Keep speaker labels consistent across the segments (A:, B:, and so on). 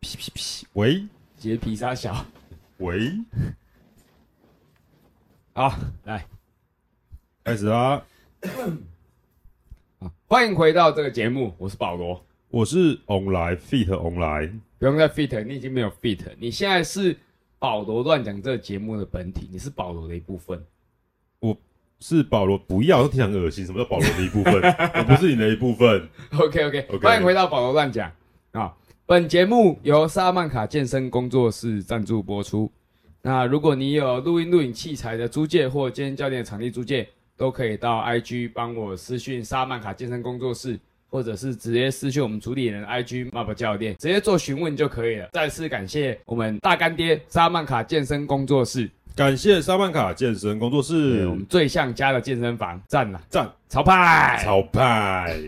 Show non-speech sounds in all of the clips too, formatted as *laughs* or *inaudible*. A: 屁屁屁，喂
B: 洁皮沙小。
A: 喂，
B: 好，来，
A: 开始啊啦！
B: 好欢迎回到这个节目，我是保罗。
A: 我是 on 来 fit on 来，
B: 不用再 fit，你已经没有 fit，你现在是保罗乱讲这个节目的本体，你是保罗的一部分。
A: 是保罗，不要听起来很恶心，什么叫保罗的一部
B: *laughs*
A: 分？我不是你的一部分。
B: OK OK，,
A: OK
B: 欢迎回到保罗乱讲啊！本节目由萨曼卡健身工作室赞助播出。那如果你有录音录影器材的租借或健身教练的场地租借，都可以到 IG 帮我私讯萨曼卡健身工作室，或者是直接私讯我们主理人 IG m a p 教练，直接做询问就可以了。再次感谢我们大干爹萨曼卡健身工作室，
A: 感谢沙曼卡健身工作
B: 是
A: 室
B: 我，们最像家的健身房，赞啦！
A: 赞，
B: 潮派，
A: 超派，
B: 哎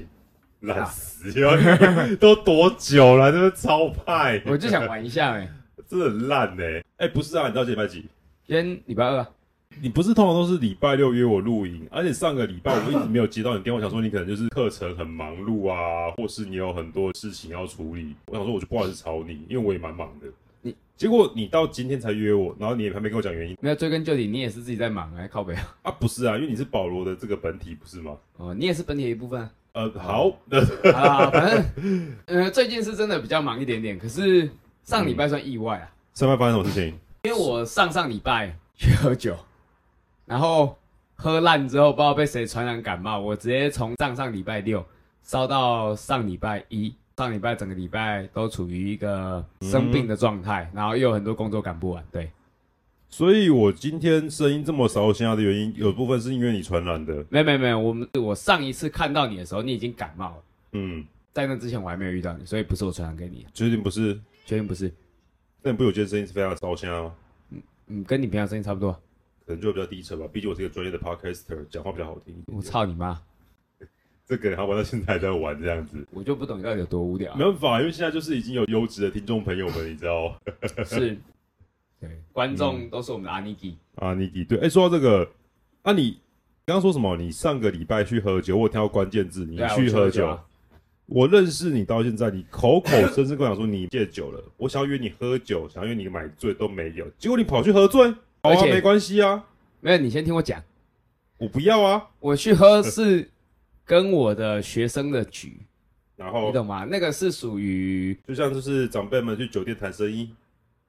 A: 烂死了！都多久了？这个超派，
B: 我就想玩一下哎、
A: *laughs* 真的很烂呢、欸。哎、不是啊，你到底礼拜几？
B: 今天礼拜二啊、
A: 你不是通常都是礼拜六约我录影，而且上个礼拜我一直没有接到你电话，想说你可能就是课程很忙碌啊，或是你有很多事情要处理。我想说我就不好意思吵你，因为我也蛮忙的。
B: 你
A: 结果你到今天才约我，然后你也还没跟我讲原因
B: 没有追根究底，你也是自己在忙哎、靠北啊 *laughs*
A: 啊？不是啊，因为你是保罗的这个本体不是吗？
B: 哦，你也是本体的一部分啊。 *laughs*
A: 呃，好，那
B: 好啦，反正呃，最近是真的比较忙一点点，可是上礼拜算意外啊，
A: 上班发生什么事情？
B: 因为我上上礼拜去喝酒，然后喝烂之后，不知道被谁传染感冒，我直接从上上礼拜六烧到上礼拜一。上礼拜整个礼拜都处于一个生病的状态，然后又有很多工作赶不完，对，
A: 所以我今天声音这么少，现在的原因有部分是因为你传染的。
B: 没没没，我们我上一次看到你的时候，你已经感冒了，
A: 嗯，
B: 在那之前我还没有遇到你，所以不是我传染给你的，
A: 确定不是？
B: 确定不是？
A: 那你不有觉得声音是非常烧香啊？
B: 嗯，跟你平常声音差不多。
A: 可能就比较低沉吧，毕竟我是一个专业的 podcaster，讲话比较好听一点
B: 我。操你妈！
A: 这个还玩到现在还在玩这样子，
B: 我就不懂你到底有多无聊
A: 没。办法，因为现在就是已经有优质的听众朋友们，你知道
B: 是，对，观众都是我们的阿尼基。
A: *laughs* 啊，你你对，哎、说到这个，啊，你刚刚说什么？你上个礼拜去喝酒，我有听到关键字，嗯你
B: 对啊我
A: 去
B: 去
A: 喝
B: 喝
A: 酒。
B: 酒啊
A: 我认识你到现在，你口口声声跟我讲说你戒酒了，我想要约你喝酒，想要约你买醉都没有，结果你跑去喝醉，好
B: 而
A: 啊，
B: 且
A: 没关系啊，
B: 没有，你先听我讲。
A: 我不要啊。
B: 我去喝是跟我的学生的局，
A: 然
B: 你
A: 后
B: 懂吗？那个是属于
A: 就像就是长辈们去酒店谈生意，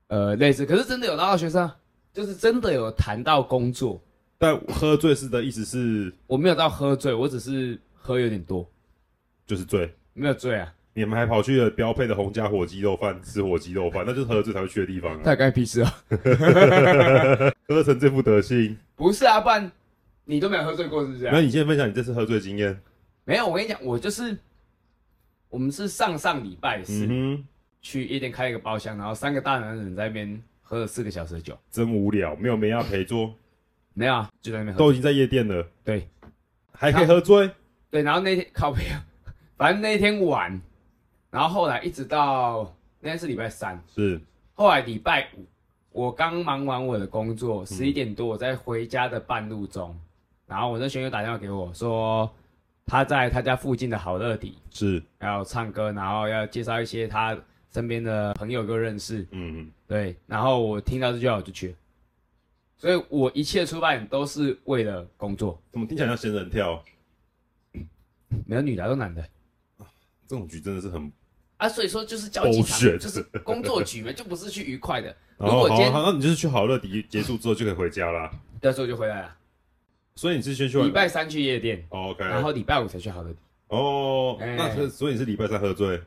B: 呃类似，可是真的有拉到学生啊，就是真的有谈到工作。
A: 但喝醉是的意思是
B: 我没有到喝醉，我只是喝有点多，
A: 就是醉。
B: 没有醉啊，
A: 你们还跑去了标配的洪家火鸡肉饭吃火鸡肉饭，那就是喝醉才会去的地方啊！
B: 太该屁事啊！
A: 喝成这副德性，
B: 不是啊，不然你都没有喝醉过，是不是、啊？
A: 那你先分享你这次喝醉经验。
B: 没有，我跟你讲，我就是我们是上上礼拜四。
A: 嗯
B: 去夜店开一个包厢，然后三个大男人在那边喝了四个小时的酒，
A: 哼，真无聊，没有梅亚陪坐，
B: 没有啊，就在那边喝。
A: 都已经在夜店了，
B: 对
A: 还可以喝醉。
B: 对，然后那天靠北啊，反正那天晚，然后后来一直到那天是礼拜三，
A: 是，
B: 后来礼拜五，我刚忙完我的工作，十
A: 嗯
B: 一点多我在回家的半路中，然后我那学友打电话给我说，他在他家附近的好乐迪
A: 是，
B: 要唱歌，然后要介绍一些他身边的朋友给我认识，
A: 嗯，
B: 对，然后我听到这句话我就去了，所以我一切出发点都是为了工作，
A: 怎么听起来像仙人跳？
B: 没有女的啊都男的
A: 这种局真的是很……
B: 啊，所以说就是交际场
A: Bullshit
B: 就是工作局嘛，就不是去愉快的。如
A: 然后
B: 果
A: 好
B: 今
A: 啊，
B: 天
A: 好啊，那你就是去好乐迪结束之后就可以回家啦。
B: 那时候就回
A: 哦
B: 来了，
A: 所以你是先去
B: 礼拜三去夜店，
A: 哦，OK，
B: 然后礼拜五才去好乐迪，
A: 哦，
B: 哎
A: 那是所以你是礼拜三喝醉，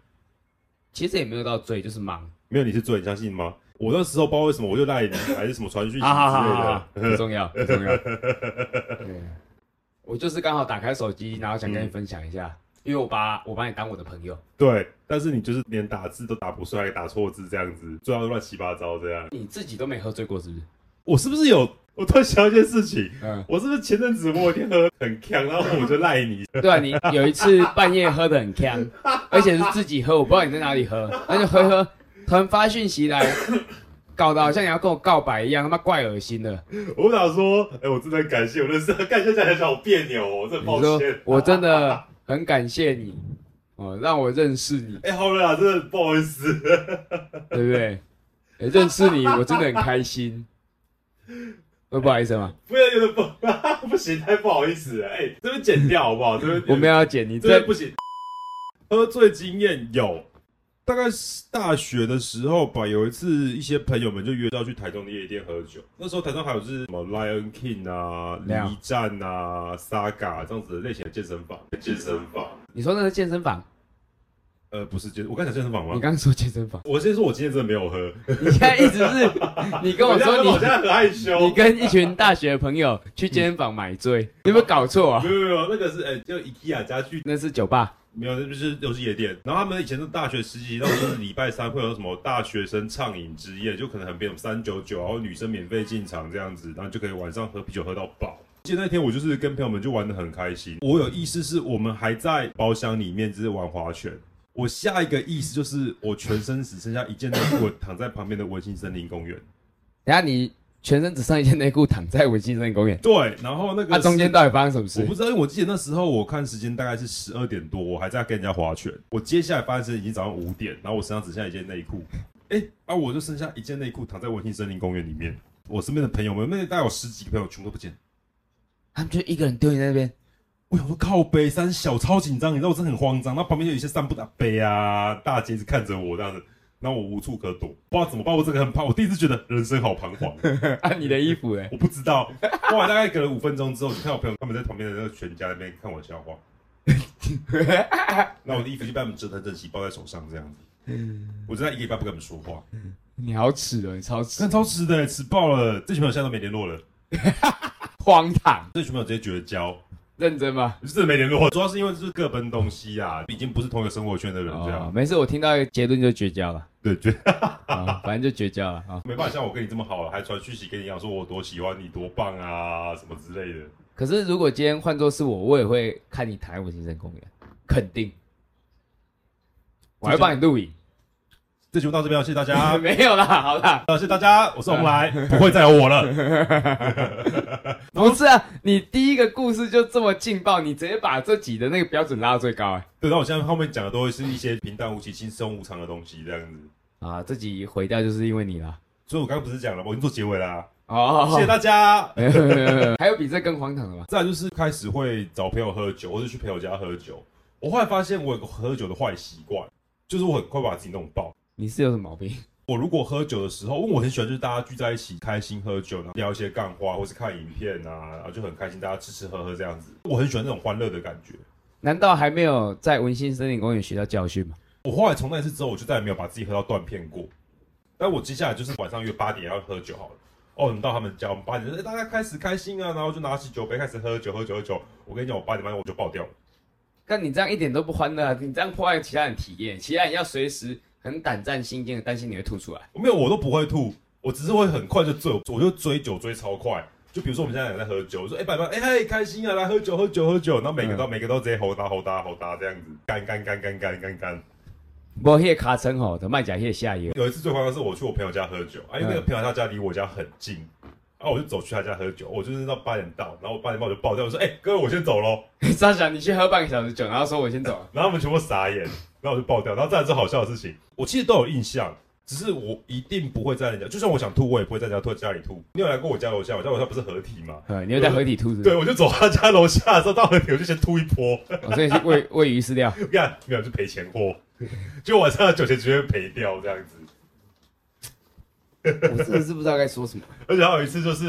B: 其实也没有到醉，就是忙。
A: 没有你是醉，你相信吗？我那时候不知道为什么我就赖你，还是什么传讯息之类
B: 啊好好好好
A: *laughs* 的
B: 好。，不重要不
A: *laughs*
B: 重要。对，我就是刚好打开手机，然后想跟你分享一下，因为我把我把你当我的朋友，
A: 对，但是你就是连打字都打不出来，还打错字这样子，最后乱七八糟这样。
B: 你自己都没喝醉过是不是？
A: 我是不是有？我突然想到一件事情，
B: 嗯，
A: 我是不是前阵子我有一天喝很呛，然后我就赖你，
B: 对啊，你有一次半夜喝的很呛，而且是自己喝，我不知道你在哪里喝，那就喝一喝，突然发讯息来，搞得好像你要跟我告白一样，他妈怪恶心的。
A: 我想说，哎、我真的很感谢我认识的，感谢起来好别扭哦，我真的
B: 你
A: 抱
B: 说
A: 歉。
B: 我真的很感谢你，哦，让我认识你，
A: 哎、好了啦，真的不好意思。
B: 对不对？哎认识你，我真的很开心。会不好意思吗？
A: 不要有点不 *laughs* 不行，太不好意思了。哎、这边剪掉好不好？这边
B: 我没有要剪你
A: 这边
B: 这
A: 不行。喝醉经验有，大概是大学的时候吧，有一次一些朋友们就约到去台中的夜店喝酒。那时候台中还有是什么 Lion King 啊、
B: Lion
A: 离站啊、Saga 这样子的类型的健身房。健身房？
B: 你说那是健身房？
A: 呃，不是健，我刚才讲健身房
B: 你
A: 吗？
B: 刚刚说健身房，
A: 我先说，我今天真的没有喝。
B: 你现在一直是，你跟我说
A: 我现
B: 你
A: 在很害羞。
B: 你跟一群大学朋友去健身房买醉， *laughs* 你有没有搞错啊
A: 没？有没有，那个是哎、就 IKEA 家具
B: 那是酒吧，
A: 没有，那就是又是夜店。然后他们以前是大学时期，到就是礼拜三会有什么大学生畅饮之夜，就可能很变三九九，然后女生免费进场这样子，然后就可以晚上喝啤酒喝到饱。记得那天我就是跟朋友们就玩的很开心。我有意识是我们还在包厢里面，只是玩划拳。我下一个意识就是我全身只剩下一件内裤，我躺在旁边的文心森林公园。
B: 等下你全身只剩一件内裤躺在维京森林公园，
A: 对，然后那个
B: *laughs* 那、啊中间
A: 是
B: 到底发生什么
A: 我
B: 事
A: 不？知道，因为我记得那时候我看时间大概是十二点多，我还在跟人家划拳。我接下来发现是已经早上五点，然后我身上只剩下一件内裤，哎、啊，我就剩下一件内裤躺在文心森林公园里面。我身边的朋友们，那大概有十几个朋友全部都不见。
B: 他们就一个人丢你在那边，
A: 我想说靠背三小超紧张，你知道我真的很慌张。那旁边就有一些散步的阿伯啊、大姐一直看着我这样子，然后我无处可躲，不知道怎么办。我真的很怕，我第一次觉得人生好彷徨。
B: *laughs* 啊，你的衣服嘞？
A: *laughs* 我不知道，后来大概隔了五分钟之后，就看我朋友他们在旁边的那个全家那边看我笑话。那我的衣服就被他们折腾整齐，抱在手上这样子。我真的一个礼拜不跟他们说话，
B: 你好耻哦，你超耻
A: 真，的超迟的，迟爆了。这群朋友现在都没联络了，
B: 荒唐，
A: 这群朋友直接绝交，
B: 认真吗？
A: 就真的没联络。主要是因为就是各奔东西啊，已经不是同一个生活圈的人这样。
B: 哦，没事，我听到一个结论就绝交 *laughs* 了，
A: 对，觉得
B: 啊，反正就绝交了啊。
A: 没办法像我跟你这么好，还传讯息给你讲说我多喜欢你，多棒啊什么之类的。
B: 可是如果今天换作是我，我也会看你台湾新生公园，肯定，我还帮你录影。。
A: 这节目到这边，谢谢大家
B: *laughs* 没有啦，好啦，
A: 呃，谢谢大家，我是红来，不会再有我了。
B: 不是啊，你第一个故事就这么劲爆，你直接把这集的那个标准拉到最高哎、
A: 对，那我现在后面讲的都会是一些平淡无奇、轻松无常的东西，这样子。
B: 啊，这集毁掉就是因为你啦。
A: 所以我刚刚不是讲了吗，我已经做结尾啦、
B: 哦，
A: 谢谢大家。
B: 没有没有没有没 *laughs* 有，还有比这更荒唐的吗？
A: 再来就是开始会找朋友喝酒，或者去朋友家喝酒。我后来发现我有个喝酒的坏习惯，就是我很快把自己弄爆。
B: 你是有什么毛病？
A: 我如果喝酒的时候，因为我很喜欢就是大家聚在一起开心喝酒，然后聊一些干话，或是看影片啊，然后就很开心，大家吃吃喝喝这样子。我很喜欢那种欢乐的感觉。
B: 难道还没有在文心森林公园学到教训吗？
A: 我后来从那次之后，我就再也没有把自己喝到断片过。但我接下来就是晚上约八点要喝酒好了。哦，我们到他们家，我们八点、哎大家开始开心啊，然后就拿起酒杯开始喝酒，喝酒，喝酒。我跟你讲，我八点半我就爆掉了。
B: 但你这样一点都不欢乐、啊，你这样破坏其他人体验，其他人要随时很胆战心惊的担心你会吐出来。
A: 没有，我都不会吐，我只是会很快就醉，我就追酒追超快。就比如说我们现在两个在喝酒，我说哎，爸爸，哎嘿，开心啊，来喝酒，喝酒，喝酒。然后每个都、每个都直接吼哒吼哒吼哒这样子，干干干干干干干。
B: 我迄卡称吼，的卖假迄下 *laughs* 游。
A: 有一次最夸张的是我去我朋友家喝酒，啊，因为那个朋友他家离我家很近，啊，我就走去他家喝酒，我就是到八点到，然后我八点半我就爆掉，我说，哎、各位我先走喽，
B: 沙想你去喝半个小时酒，然后说我先走了。
A: 然后他们全部傻眼，然后我就爆掉，然后再来最好笑的事情，我其实都有印象。只是我一定不会在人家，就算我想吐，我也不会在人家吐家里吐。你有来过我家楼下？我家楼下不是合体吗？
B: *laughs* 呃，你又在合体吐是不
A: 对，
B: 是？
A: 我就走他家楼下的时候，到合体我就先吐一波， *laughs*
B: 我哦所以是喂喂鱼饲料。
A: 你看，没有就赔钱货，就晚上的酒钱直接赔掉这样子。
B: 我真的是不知道该说什么。
A: 而且还有一次，就是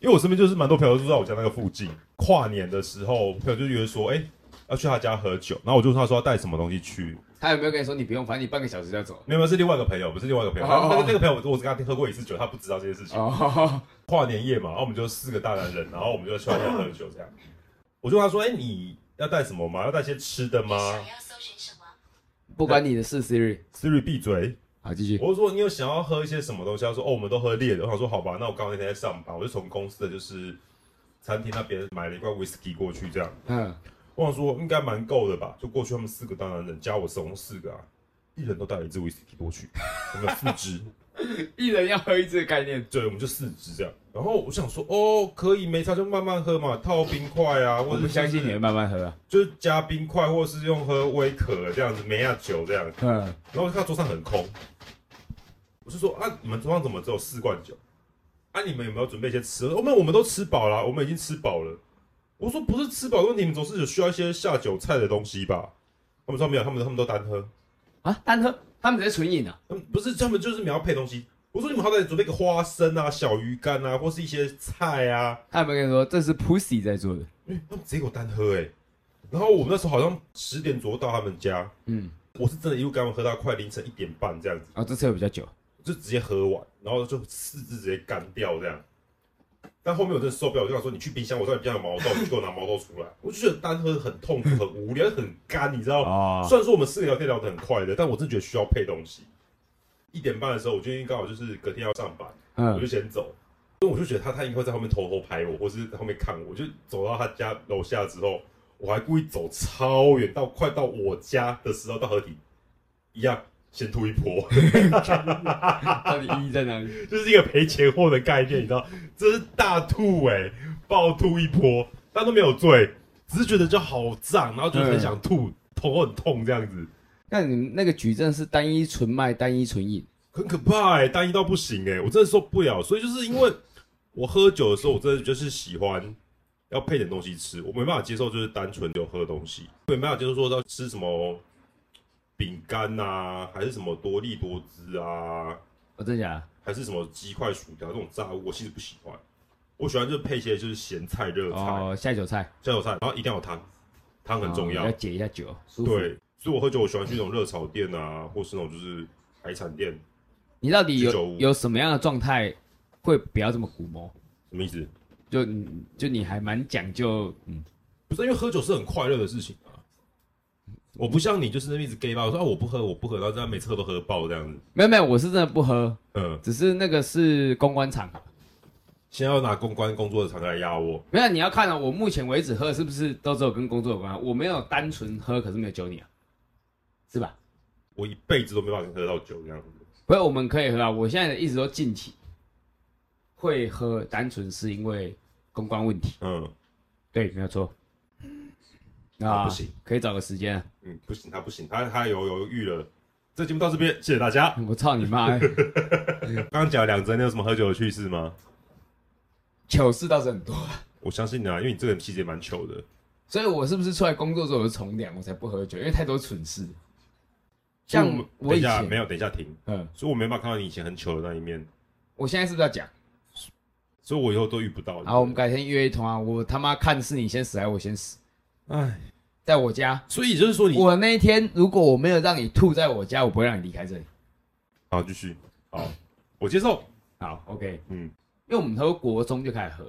A: 因为我身边就是蛮多朋友都住在我家那个附近，跨年的时候，朋友就约说，哎、要去他家喝酒，然后我就问他说要带什么东西去，
B: 他有没有跟你说你不用，反正你半个小时就要走？
A: 没有，没有是另外一个朋友，不是另外一个朋友，
B: 哦
A: 那个那个朋友我只跟他喝过一次酒，他不知道这件事情。
B: 哦，
A: 跨年夜嘛，然后我们就四个大男人，然后我们就去他家喝酒这样。我就问他说，哎、你要带什么吗？要带些吃的吗
C: 你想要搜寻什么？
B: 不关你的事，Siri。
A: ？Siri 闭嘴。
B: 好，继续。
A: 我就说你有想要喝一些什么东西？他说哦，我们都喝烈的。我想说好吧，那我刚好那天在上班，我就从公司的就是餐厅那边买了一罐 whisky 过去，这样
B: 嗯，
A: 我想说应该蛮够的吧，就过去他们四个大男人加我总共四个啊，一人都带了一支 *laughs* whisky 过去，我们有四支，
B: 一人要喝一支的概念。
A: 对，我们就四支这样。然后我想说，哦，可以没差就慢慢喝嘛，套冰块啊，
B: 我
A: 或者
B: 不相信你
A: 就是
B: 会慢慢喝啊。
A: 就是加冰块，或是用喝威可这样子，梅亚酒这样。
B: 嗯，
A: 然后我就看到桌上很空，我就说啊，你们桌上怎么只有四罐酒？啊，你们有没有准备一些吃？我们我们都吃饱了，我们已经吃饱了。我说不是吃饱的问题，你们总是有需要一些下酒菜的东西吧？他们说没有，他们他们都单喝，
B: 啊，单喝，他们只是纯饮啊。
A: 他们不是他们就是没有要配东西。我说你们好歹准备个花生啊、小鱼干啊，或是一些菜啊。嗯
B: 他有没有跟你说这是 Pussy 在做的？
A: 他们直接给我单喝哎、然后我们那时候好像十点左右到他们家，
B: 嗯，
A: 我是真的一路跟他们喝到快凌晨一点半这样子，
B: 哦，这次有比较久。
A: 就直接喝完，然后就四肢直接干掉这样。但后面我真的受不了，我就想说你去冰箱，我知道你冰箱有毛豆，你去给我拿毛豆出来。我就觉得单喝很痛苦、很无聊、很干，你知道吗？
B: 哦，
A: 虽然说我们四个聊天聊得很快乐，但我真的觉得需要配东西。一点半的时候，我今天刚好就是隔天要上班，我
B: 嗯
A: 就先走。因为我就觉得他他应该会在后面偷偷拍我，或是在后面看我。我就走到他家楼下之后，我还故意走超远，到快到我家的时候，到河堤一样先吐一波，
B: 到底意义在哪里？
A: 就是一个赔钱货的概念，你知道？这是大吐哎、暴吐一波，但都没有醉，只是觉得就好胀，然后就是很想吐，头很痛这样子，
B: 那你们那个矩阵是单一纯麦、单一纯饮，
A: 很可怕哎、单一到不行哎、我真的受不了。所以就是因为我喝酒的时候，我真的就是喜欢要配点东西吃，我没办法接受就是单纯就喝东西，我也没办法接受说要吃什么饼干呐，还是什么多利多汁啊，
B: 哦，真假的？
A: 还是什么鸡块、薯条这种炸物，我其实不喜欢。我喜欢就是配一些就是咸菜、热菜、
B: 哦，下酒菜
A: 酱油菜，然后一定要有汤，汤很重要。
B: 哦要解一下酒，舒服。
A: 对，所以我喝酒我喜欢去那种热炒店啊，或是那种就是海产店，
B: 你到底
A: 居酒
B: 有
A: 屋
B: 有什么样的状态会不要这么古摸？
A: 什么意思？
B: 就你就你还蛮讲究，嗯，
A: 不是因为喝酒是很快乐的事情啊。我不像你，就是那边一直 gay 吧，我说啊我不喝，我不喝，然后这样每次喝都喝爆这样子。
B: 没有没有，我是真的不喝，
A: 嗯，
B: 只是那个是公关场合。
A: 先要拿公关工作的场合来压我，
B: 没有，你要看啊，我目前为止喝的是不是都只有跟工作有关？啊我没有单纯喝，可是没有酒你啊，是吧？
A: 我一辈子都没办法喝到酒这样子。
B: 不是，我们可以喝啊。我现在的一直都近期会喝，单纯是因为公关问题。
A: 嗯，
B: 对，没有错。
A: 啊不行，
B: 可以找个时间啊。 *laughs*
A: 嗯，不行，他不行，他他有犹豫了。这节目到这边，谢谢大家。
B: 我操你妈、欸！
A: 刚刚讲了两则，你有什么喝酒的趣事吗？
B: 糗事倒是很多，实
A: 我相信你啊，因为你这个人其实也蛮糗的。
B: 所以我是不是出来工作之后我就从良，我才不喝酒，因为太多蠢事。
A: 所
B: 像
A: 以我嗯
B: 我
A: 们等
B: 以
A: 一下没
B: 前，
A: 有，等一下停，
B: 嗯，
A: 所以我没办法看到你以前很糗的那一面，
B: 我现在是不是要讲？
A: 所以我以后都遇不到你。
B: 好，我们改天约一通啊！我他妈看是你先死还是我先死，
A: 哎，
B: 在我家。
A: 所以就是说你，
B: 我那一天如果我没有让你吐在我家，我不会让你离开这里。
A: 好继续，好，我接受，
B: 好，OK，
A: 嗯，
B: 因为我们都国中就开始喝，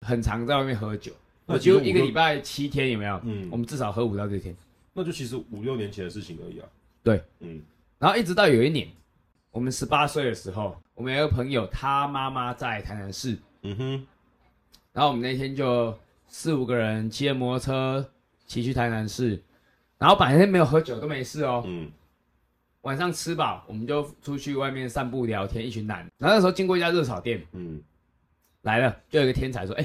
B: 很常在外面喝酒。
A: 那
B: 我
A: 其
B: 几
A: 实
B: 乎
A: 我
B: 一个
A: 就
B: 礼拜七天有没有？
A: 嗯
B: 我们至少喝五到六天。
A: 那就其实五六年前的事情而已啊。
B: 对，
A: 嗯，
B: 然后一直到有一年，我们十八岁的时候，我们有一个朋友，他妈妈在台南市，
A: 嗯哼，
B: 然后我们那天就四五个人骑着摩托车骑去台南市，然后本来那天没有喝酒都没事哦，
A: 嗯，
B: 晚上吃饱我们就出去外面散步聊天，一群男，然后那时候经过一家热炒店，
A: 嗯，
B: 来了就有一个天才说，哎、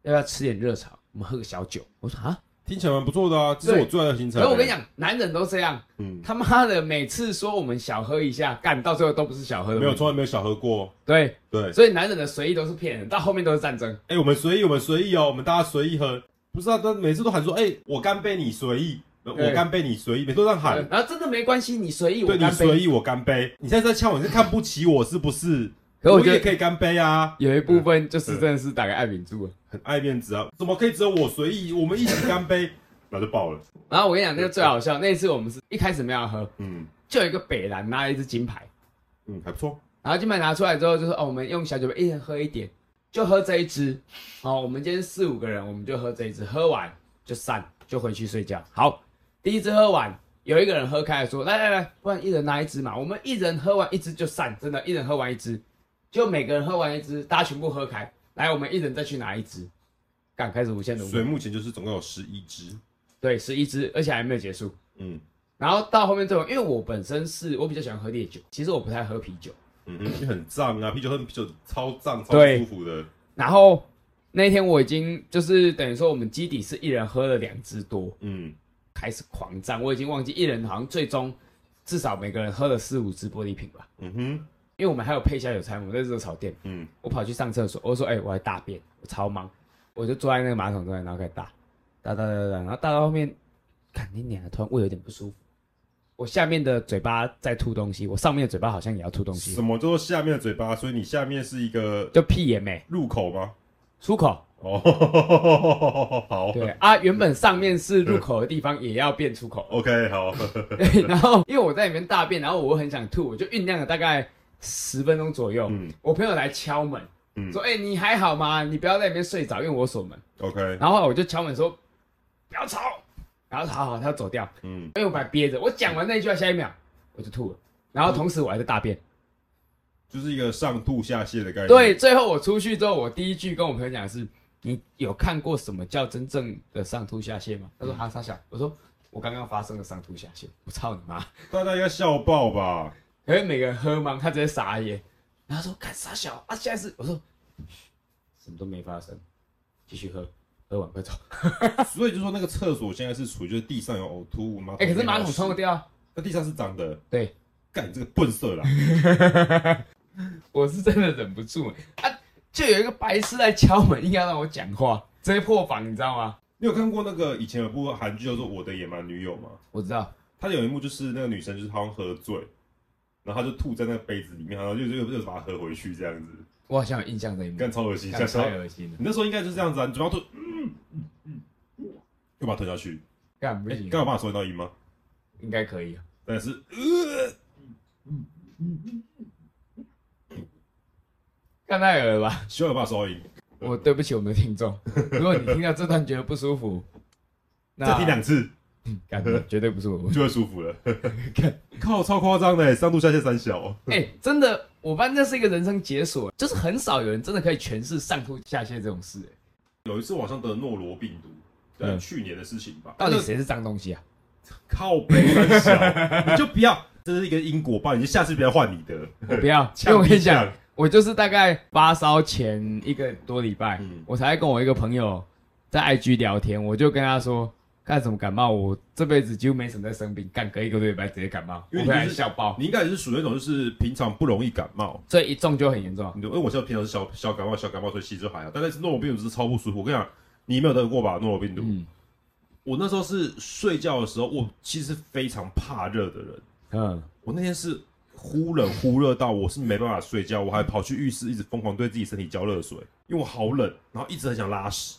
B: 要不要吃点热炒？我们喝个小酒。我说啊，
A: 听起来蛮不错的啊，这是我最爱的行程。
B: 可哎是我跟你，讲，男人都这样，
A: 嗯，
B: 他妈的每次说我们小喝一下，干到最后都不是小喝的，
A: 没有，从来没有小喝过。
B: 对。
A: 对，
B: 所以男人的随意都是骗人，到后面都是战争。
A: 哎，我们随意，我们随意哦，我们大家随意喝，不是啊，他每次都喊说，哎，我干杯，你随意，呃
B: 对
A: 我干杯，你随意，每次都这样喊。
B: 然后真的没关系，你随意我
A: 对你
B: 干
A: 随
B: 杯。
A: 意，我干杯。你现在在呛我，你是看不起我是不是？
B: 可我
A: 我
B: 觉
A: 也
B: 得
A: 可以干杯啊，
B: 有一部分就是真的是打给艾秉柱了。
A: 很爱面子啊，怎么可以只有我随意？我们一起干杯， *laughs* 那就爆了。
B: 然后我跟你讲，那个最好笑，那一次我们是一开始没有要喝，
A: 嗯
B: 就有一个北兰拿了一支金牌，
A: 嗯，还不错。
B: 然后金牌拿出来之后就说哦，我们用小酒杯一人喝一点，就喝这一支。哦，我们今天四五个人，我们就喝这一支，喝完就散，就回去睡觉。好，第一支喝完，有一个人喝开了说来来来，不然一人拿一支嘛，我们一人喝完一支就散，真的，一人喝完一支，就每个人喝完一支，大家全部喝开，来，我们一人再去拿一支。干开始无限轮
A: 所以
B: 回，
A: 目前就是总共有十一支。
B: 对，十一支，而且还没有结束。
A: 嗯
B: 然后到后面最后，因为我本身是我比较喜欢喝烈酒，其实我不太喝啤酒，
A: 嗯哼，因为很胀啊，啤酒喝啤酒超胀，超
B: 对
A: 不舒服的。
B: 然后那天我已经就是等于说我们基底是一人喝了两支多，
A: 嗯，
B: 开始狂战，我已经忘记一人好像最终至少每个人喝了四五支玻璃瓶吧，
A: 嗯哼，
B: 因为我们还有配下酒餐，我们在热炒店，
A: 嗯，
B: 我跑去上厕所，我说哎、我还大便，我超忙，我就坐在那个马桶中间，然后开始大，大大大大，然后大到后面，看你娘的，突然胃有点不舒服。我下面的嘴巴在吐东西，我上面的嘴巴好像也要吐东西
A: 什，么叫做下面的嘴巴？所以你下面是一个
B: 就屁也没
A: 入口吗？
B: 出口。
A: 哦，好，
B: 对啊，原本上面是入口的地方，也要变出口。
A: ，OK，好，
B: *laughs* 对，然后因为我在里面大便，然后我又很想吐，我就酝酿了大概十分钟左右。
A: 嗯
B: 我朋友来敲门，
A: 嗯
B: 说：“哎、你还好吗？你不要在里面睡着，因为我锁门。
A: ，OK，”
B: 然后后来我就敲门说：“不要吵。”然后他好好，他走掉，
A: 嗯，
B: 因为我把他憋着。我讲完那一句话，下一秒我就吐了，然后同时我还在大便。
A: 就是一个上吐下泻的概念。
B: 对，，最后我出去之后，我第一句跟我朋友讲的是：“你有看过什么叫真正的上吐下泻吗？”
A: 嗯
B: 他说：“哈，傻小。”我说：“我刚刚发生了上吐下泻，我操你妈！”
A: 大家应该笑爆吧？
B: 可是每个人喝吗？他直接傻眼，然后说：“干傻小啊！”现在是我说什么都没发生，继续喝，喝完快走。
A: 哦所以就说那个厕所现在是处于就是地上有呕吐马桶，
B: 哎、可是马桶冲不，掉啊。
A: 那地上是脏的。
B: 对，
A: 干你这个笨色啦！
B: 我是真的忍不住啊！就有一个白痴来敲门，硬要让我讲话，直接破防，你知道吗？
A: 你有看过那个以前有部韩剧叫做《我的野蛮女友》吗？
B: 我知道，
A: 他有一幕就是那个女生就是好像喝醉，然后她就吐在那个杯子里面，然后就就就把它喝回去这样子，
B: 我好像有印象这一幕，
A: 干超恶心，
B: 干
A: 像
B: 太
A: 像
B: 恶心了，
A: 你那时候应该就是这样子啊，你嘴巴吞，嗯嗯嗯，又把它吞下去，
B: 干不
A: 哎，
B: 行，
A: 刚好帮我收到音吗？
B: 应该可以啊。
A: 但是，呃，
B: 干太恶了吧？
A: 呃希望有办法收到音，
B: 我对不起我们的听众，如果你听到这段觉得不舒
A: *laughs*
B: 服，
A: 再
B: 那嗯
A: 听两次
B: 干绝对不是我的问题
A: 就会舒服了 *laughs*
B: 干。
A: 靠，超夸张的，欸上吐下泻三小，
B: 哎、真的，我发现这是一个人生解锁，就是很少有人真的可以诠释上吐下泻这种事、哎
A: 有一次晚上得诺罗病毒，对，
B: 嗯
A: 去年的事情吧。
B: 到底谁是脏东西啊？
A: 靠北三小，你就不要，这是一个因果报应，你就下次不要换你 *laughs* 的。
B: 我不要，因为我跟你讲，，我就是大概发烧前一个多礼拜，
A: 嗯
B: 我才跟我一个朋友在 IG 聊天，我就跟他说。干什么感冒？我这辈子几乎没什么在生病，干隔一个多礼拜直接感冒，
A: 因为
B: 我
A: 你
B: 本
A: 就是
B: 来笑爆，
A: 你应该也是属于那种就是平常不容易感冒，
B: 所以一中就很严重。
A: 你就因为我现在平常是小小感冒、小感冒，所以其实就还好。但是诺罗病毒是超不舒服，我跟你讲，你没有得过吧？诺罗病毒，
B: 嗯
A: 我那时候是睡觉的时候，我其实非常怕热的人，
B: 嗯，
A: 我那天是忽冷忽热到我是没办法睡觉，我还跑去浴室一直疯狂对自己身体浇热水，因为我好冷，然后一直很想拉屎，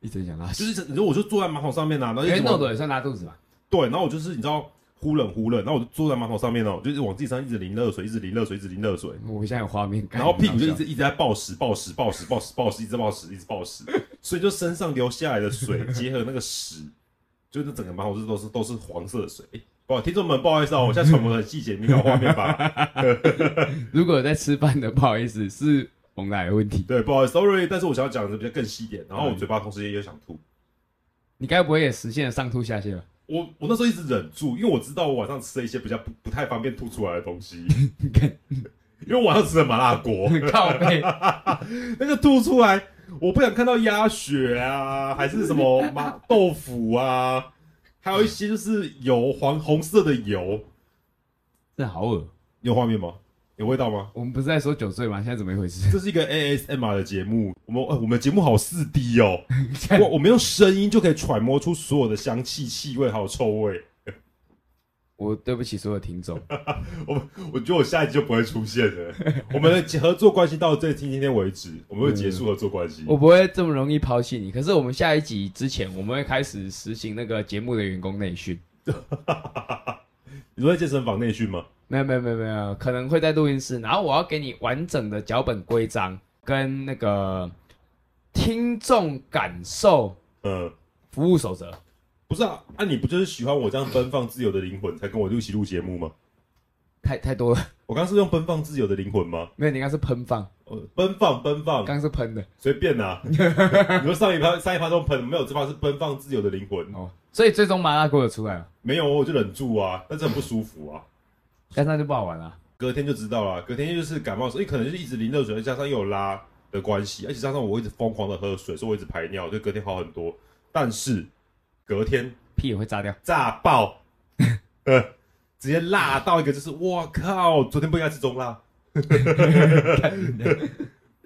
B: 一直想拉
A: 就
B: 屎。
A: 是一直你说我就坐在马桶上面啊，然后一
B: 因为
A: 直往
B: 诺朵也算拉肚子吧？
A: 对，然后我就是你知道忽冷忽热，然后我就坐在马桶上面哦，就是往自己身上一直淋热水，一直淋热水，一直淋热水，
B: 我现在有画面感。
A: 然后屁股就
B: 很
A: 一
B: 好笑
A: 直一直在暴食，暴食，暴食，暴食，暴食，一直暴食，一直暴食，所以就身上流下来的水结合那个屎，就是整个马桶是都是都是黄色的水。诶不，听众们，不好意思啊、我现在揣摩得很细节，你搞画面吧。
B: 如果有在吃饭的，不好意思，是蒙奶的问题。
A: 对，不好意思，sorry，但是我想要讲的比较更细一点，然后我嘴巴同时也有想吐。
B: 你该不会也实现了上吐下 *laughs* 泻吧？
A: 我我那时候一直忍住，因为我知道我晚上吃了一些比较不不太方便吐出来的东西， *laughs*
B: 你看，
A: 因为我晚上吃了麻辣锅，
B: 靠 *laughs* 背，
A: 那个吐出来，我不想看到鸭血啊，还是什么麻豆腐啊， *laughs* 还有一些就是油黄红色的油，
B: 这好恶。
A: 你有画面吗？有味道吗？
B: 我们不是在说酒醉吗？现在怎么一回事？
A: 这是一个 ASMR 的节目，我们、哎我们节目好四 D 哦，我我们用声音就可以揣摩出所有的香气、气味还有臭味。
B: *laughs* 我对不起所有听众，
A: 我觉得我下一集就不会出现了。我们的合作关系到这今天为止，我们会结束合作关系。
B: *laughs* 我不会这么容易抛弃你。可是我们下一集之前，我们会开始实行那个节目的员工内训。
A: 你说在健身房内训吗？
B: 没有没有没有没有，可能会在录音室，然后我要给你完整的脚本规章跟那个听众感受
A: 嗯。
B: 服务守则。
A: 不是啊，啊，你不就是喜欢我这样奔放自由的灵魂，才跟我一起录节目吗？
B: 太太多了，
A: 我刚刚是用奔放自由的灵魂吗？
B: 没有，你刚刚是喷放，
A: 呃，奔放，奔放
B: 刚，刚是喷的
A: 随便啦、你说上一趴上一趴都喷，没有这趴是奔放自由的灵魂，哦
B: 哦，所以最终麻辣锅有出来了，
A: 没有我就忍住啊，但是很不舒服啊。
B: 但那就不好玩了。
A: 隔天就知道了，隔天就是感冒的时候，因为可能就是一直淋热水，加上又有拉的关系，而且加上我一直疯狂的喝水，所以我一直排尿，所以隔天好很多。但是隔天
B: 屁也会炸掉。
A: 炸爆， *laughs* 呃，直接辣到一个就是，我靠，昨天不应该吃中辣， *laughs*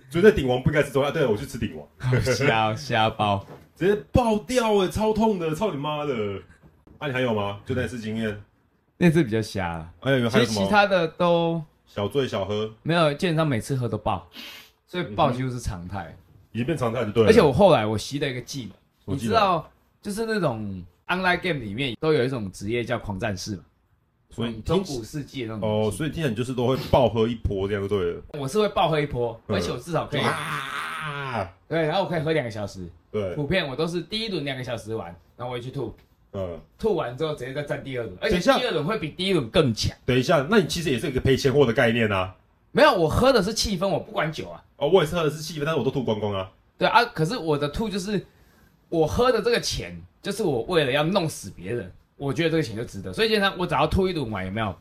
A: 昨天在鼎王不应该吃中辣，对我去吃鼎王，
B: 好瞎
A: *laughs*
B: 瞎包。
A: 直接爆掉哎、超痛的，操你妈的！啊，你还有吗？就那次经验，
B: 那次比较瞎啦，
A: 还有还
B: 其
A: 有
B: 实
A: 什
B: 其
A: 么？
B: 他的都
A: 小醉小喝
B: 没有，基本上每次喝都爆，所以爆几乎是常态。
A: 已经变常态嗯就对了。
B: 而且我后来我习了一个技能，
A: 我
B: 你
A: 记
B: 知
A: 得
B: 道，就是那种 online game 里面都有一种职业叫狂战士嘛，
A: 所以
B: 中古世纪的那种
A: 哦，
B: 东西。
A: 所以听起来你就是都会爆喝一波这样就对了。
B: 我是会爆喝一波，
A: 嗯
B: 而且我至少可以
A: 啊，
B: 对，然后我可以喝两个小时。
A: 对，
B: 普遍我都是第一轮两个小时玩，然后我就去吐，
A: 嗯，
B: 吐完之后直接再站第二轮，而
A: 等
B: 且
A: 一下
B: 第二轮会比第一轮更强。
A: 等一下，那你其实也是一个赔钱货的概念啊。
B: 没有，我喝的是气氛，我不管酒啊。
A: 哦，我也是喝的是气氛，但是我都吐光光啊。
B: 对啊，可是我的吐就是我喝的这个钱，就是我为了要弄死别人，我觉得这个钱就值得。所以经常我只要吐一轮完，有没有？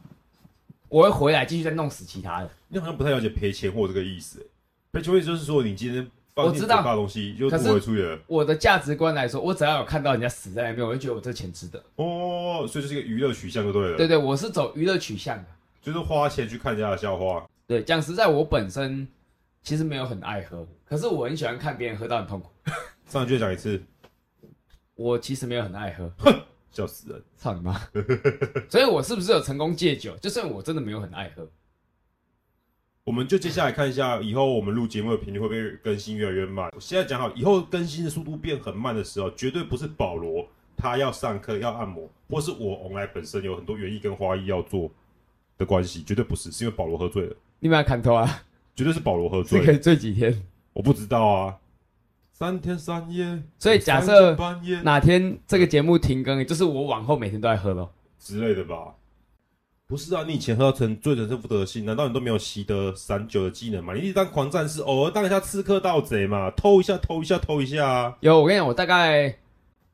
B: 我会回来继续再弄死其他人。
A: 你好像不太了解赔钱货这个意思、欸。赔钱货就是说你今天放
B: 我
A: 进
B: 知
A: 嘴
B: 道
A: 巴的东西就
B: 可
A: 吐
B: 是
A: 回出去了。
B: 我的价值观来说，我只要有看到人家死在那边，我就觉得我这钱值得。
A: 哦，所以就是一个娱乐取向就对了。
B: 对对，我是走娱乐取向的。
A: 就是花钱去看人家的笑话。
B: 对，讲实在，我本身其实没有很爱喝，可是我很喜欢看别人喝到很痛苦。
A: 上去再讲一次，
B: 我其实没有很爱喝，
A: 笑死人。
B: 操你妈！所以我是不是有成功戒酒？就是我真的没有很爱喝。
A: 我们就接下来看一下，以后我们录节目的频率会不会更新越来越慢？我现在讲好，以后更新的速度变很慢的时候，绝对不是保罗他要上课要按摩，或是我 online 本身有很多园艺跟花艺要做的关系，绝对不是，是因为保罗喝醉了，
B: 你们要砍头啊？
A: 绝对是保罗喝
B: 是
A: 醉
B: 可以醉几天？
A: 我不知道啊，三天三夜，
B: 所以假设
A: 三更半夜
B: 哪天这个节目停更，就是我往后每天都在喝咯。
A: 之类的吧。不是啊，你以前喝成醉成这副德性，难道你都没有习得散酒的技能吗？你一直当狂战士，偶尔当一下刺客盗贼嘛，偷一下，偷一下，偷一下啊。
B: 有，我跟你讲，我大概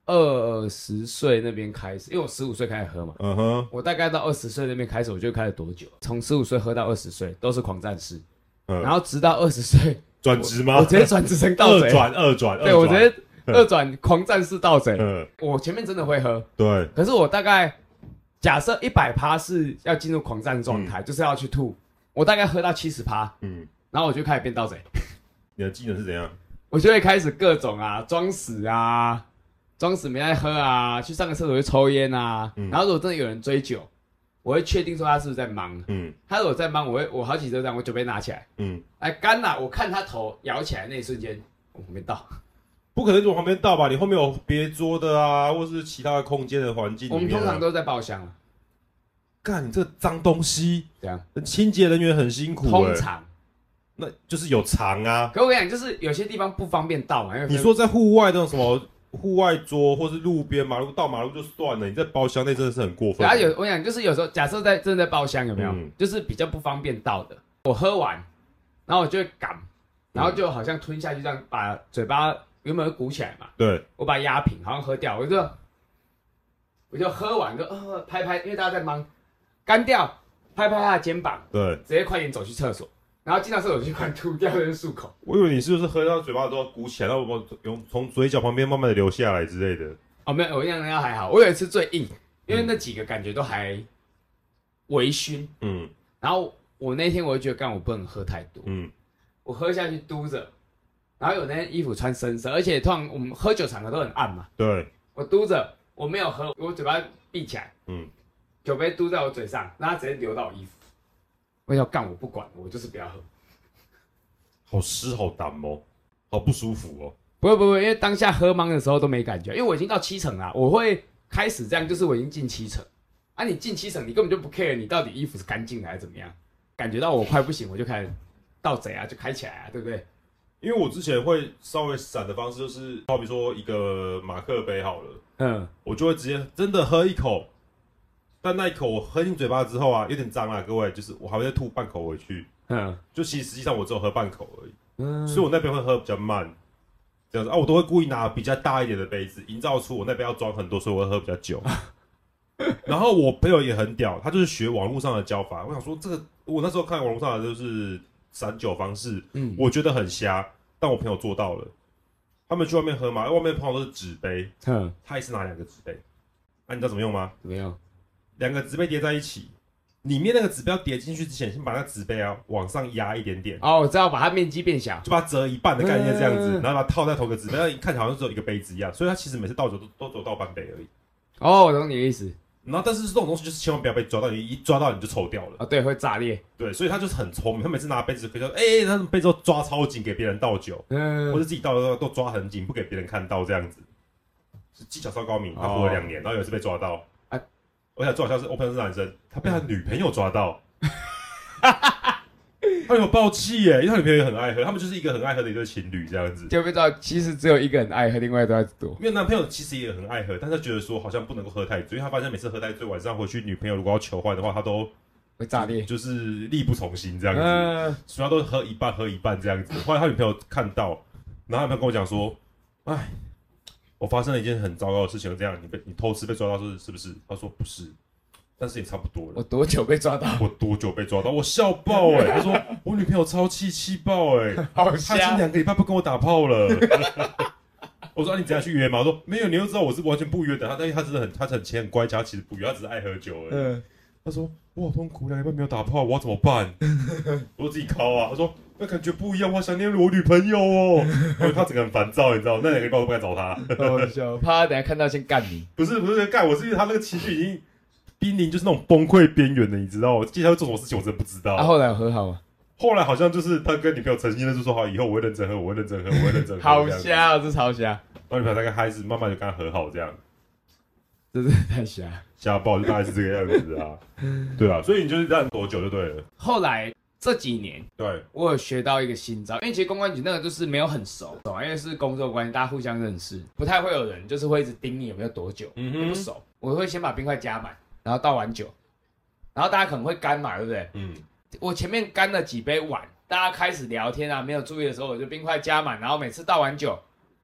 B: 二十岁那边开始，因为我十五岁开始喝嘛，
A: 嗯哼，
B: 我大概到二十岁那边开始，我就开始躲酒，从十五岁喝到二十岁都是狂战士，
A: 嗯
B: 然后直到二
A: *laughs*
B: 十岁，
A: 转职吗？
B: 我直接转职成盗
A: 二
B: 贼，啊
A: 转二转，
B: 对
A: 二
B: 我直
A: 转
B: 接二转狂战士盗贼。
A: 嗯，
B: 我前面真的会喝，
A: 对，
B: 可是我大概假设一百趴是要进入狂战状态，就是要去吐，我大概喝到七十趴，
A: 嗯，
B: 然后我就开始变盗贼。
A: 你的技能是怎样？
B: 我就会开始各种啊，装死啊，装死没在喝啊，去上个厕所就抽烟啊。
A: 嗯
B: 然后如果真的有人追酒，我会确定说他是不是在忙。
A: 嗯
B: 他如果在忙，我会我好几次都这样，我酒杯拿起来，
A: 嗯，
B: 哎干啦！我看他头摇起来那一瞬间，我没到。
A: 不可能从旁边倒吧？你后面有别桌的啊，或是其他的空间的环境
B: 我
A: 里
B: 们
A: 面
B: 通常
A: 啊。
B: 都是在包厢啊，
A: 干你这个脏东西，
B: 这样
A: 清洁人员很辛苦
B: 通
A: 欸
B: 常。
A: 那就是有藏啊。
B: 可我跟你讲，就是有些地方不方便到嘛，因为
A: 你说在户外那种什么户外桌，或是路边马路到马路就算了，你在包厢内真的是很过分。
B: 然后啊有我想就是有时候假设在真的在包厢有没有，
A: 嗯
B: 就是比较不方便到的，我喝完，然后我就会赶，然后就好像吞下去这样，把嘴巴原本会鼓起来嘛，
A: 对，
B: 我把它压平，好像喝掉，我就我就喝完就呃拍拍，因为大家在忙，干掉，拍拍他的肩膀，
A: 对，
B: 直接快点走去厕所，然后进到厕所去快吐掉那个漱口，
A: 我以为你是不是喝到嘴巴都鼓起来，然后我从从嘴角旁边慢慢的流下来之类的。
B: 哦没有，我印象还好，我有一次最硬，因为那几个感觉都还微醺，
A: 嗯
B: 然后我那天我就觉得干我不能喝太多。
A: 嗯，
B: 我喝下去嘟着，然后有那件衣服穿深色，而且通常我们喝酒场合都很暗嘛，
A: 对，
B: 我嘟着，我没有喝，我嘴巴闭起来，
A: 嗯，
B: 酒杯嘟在我嘴上，让它直接流到我衣服。我要干，我不管，我就是不要喝。
A: 好湿好淡哦，好不舒服哦。
B: 不会不会，因为当下喝懵的时候都没感觉，因为我已经到七成啊啦，我会开始这样，就是我已经进七成。啊，你进七成，你根本就不 care 你到底衣服是干净的还是怎么样，感觉到我快不行，我就开始盗贼啊，就开起来啊，对不对？
A: 因为我之前会稍微闪的方式就是，好比说一个马克杯好了，
B: 嗯，
A: 我就会直接真的喝一口，但那一口我喝进嘴巴之后啊，有点脏啊，各位，就是我还会再吐半口回去，
B: 嗯
A: 就其实实际上我只有喝半口而已，
B: 嗯，
A: 所以我那边会喝比较慢，这
B: *laughs*
A: 样子啊，我都会故意拿比较大一点的杯子，营造出我那边要装很多，所以我会喝比较久。然后我朋友也很屌，他就是学网络上的教法。我想说，这个我那时候看网络上的就是散酒方式，
B: 嗯
A: 我觉得很瞎，但我朋友做到了。他们去外面喝嘛，外面朋友都是纸杯，
B: 哼，
A: 他也是拿两个纸杯。啊，你知道怎么用吗？
B: 怎么样？
A: 两个纸杯叠在一起，里面那个纸杯要叠进去之前，先把那纸杯啊往上压一点点，
B: 哦，我知道，把它面积变小。
A: 就把它折一半的概念这样子，
B: 嗯
A: 然后把它套在同个纸杯，那看起来好像只有一个杯子一样，所以它其实每次倒酒都都只有倒半杯而已。
B: 哦，我懂你的意思。
A: 然后，但是这种东西就是千万不要被抓到，你一抓到你就抽掉了。
B: 哦，对，会炸裂。
A: 对，所以他就是很聪明，他每次拿杯子可以说，哎、欸，他们杯子都抓超紧，给别人倒酒，
B: 嗯
A: 或者自己倒的时候都抓很紧，不给别人看到这样子，是技巧超高明。他活了两年，然后有一次被抓到，
B: 哦啊嗯
A: 我想最好笑是我朋友是男生，他被他女朋友抓到， *laughs* 他有爆气耶，因为他女朋友也很爱喝，他们就是一个很爱喝的一对情侣这样子。
B: 就被知道，其实只有一个人爱喝，另外都在躲。
A: 因为男朋友其实也很爱喝，但是他觉得说好像不能够喝太醉，因为他发现每次喝太醉，晚上回去女朋友如果要求欢的话，他都
B: 会炸裂。
A: 就是力不从心这样子。
B: 哎嗯，
A: 主要都是喝一半喝一半这样子。后来他女朋友看到，然后他女朋友跟我讲说：“哎，我发生了一件很糟糕的事情，这样你被你偷吃被抓到是是不是？”他说：“不是，但是也差不多
B: 我
A: 了。
B: 多久被抓到？”
A: 我多久被抓到？我笑爆哎、他说我女朋友超气气爆哎、
B: 好
A: 她已经
B: 香。
A: 两个礼拜不跟我打炮了。我说、啊、你怎样去约嘛？我说没有，你又知道我是完全不约的。他但是他真的很，他很钱很乖巧，他其实不约，他只是爱喝酒而已。
B: 嗯，
A: 他说我好痛苦，啊两个半没有打炮，我要怎么办？我说自己敲啊。他说那感觉不一样，我想念我女朋友哦。因为他整个很烦躁，你知道，那两个礼拜我都不敢找他。
B: 好笑，怕他等下看到先干你。
A: 不是不是，干我是因为他那个情绪已经濒临就是那种崩溃边缘的，你知道？我接下来会做什么事情我真的不知道。
B: 啊，后来有和好吗？
A: 后来好像就是他跟女朋友诚心的就说好，以后我会认真喝，我会认真喝，我会认真
B: *laughs*
A: 喝。
B: 好
A: 这样
B: 瞎，这超瞎，
A: 子。然后女朋友大概开始慢慢就跟他和好这样。
B: 这真的太瞎。
A: 家暴就大概是这个样子
B: *laughs*
A: 啊，对啊，所以你就是这样多久就对了，
B: 后来这几年，
A: 对，
B: 我有学到一个新招，因为其实公关局那个就是没有很熟，懂吗？因为是工作关系，大家互相认识，不太会有人就是会一直盯你有没有多久，
A: 嗯
B: 也不熟。我会先把冰块加满，然后倒完酒，然后大家可能会干嘛，对不对？
A: 嗯，
B: 我前面干了几杯碗，大家开始聊天啊，没有注意的时候，我就冰块加满，然后每次倒完酒，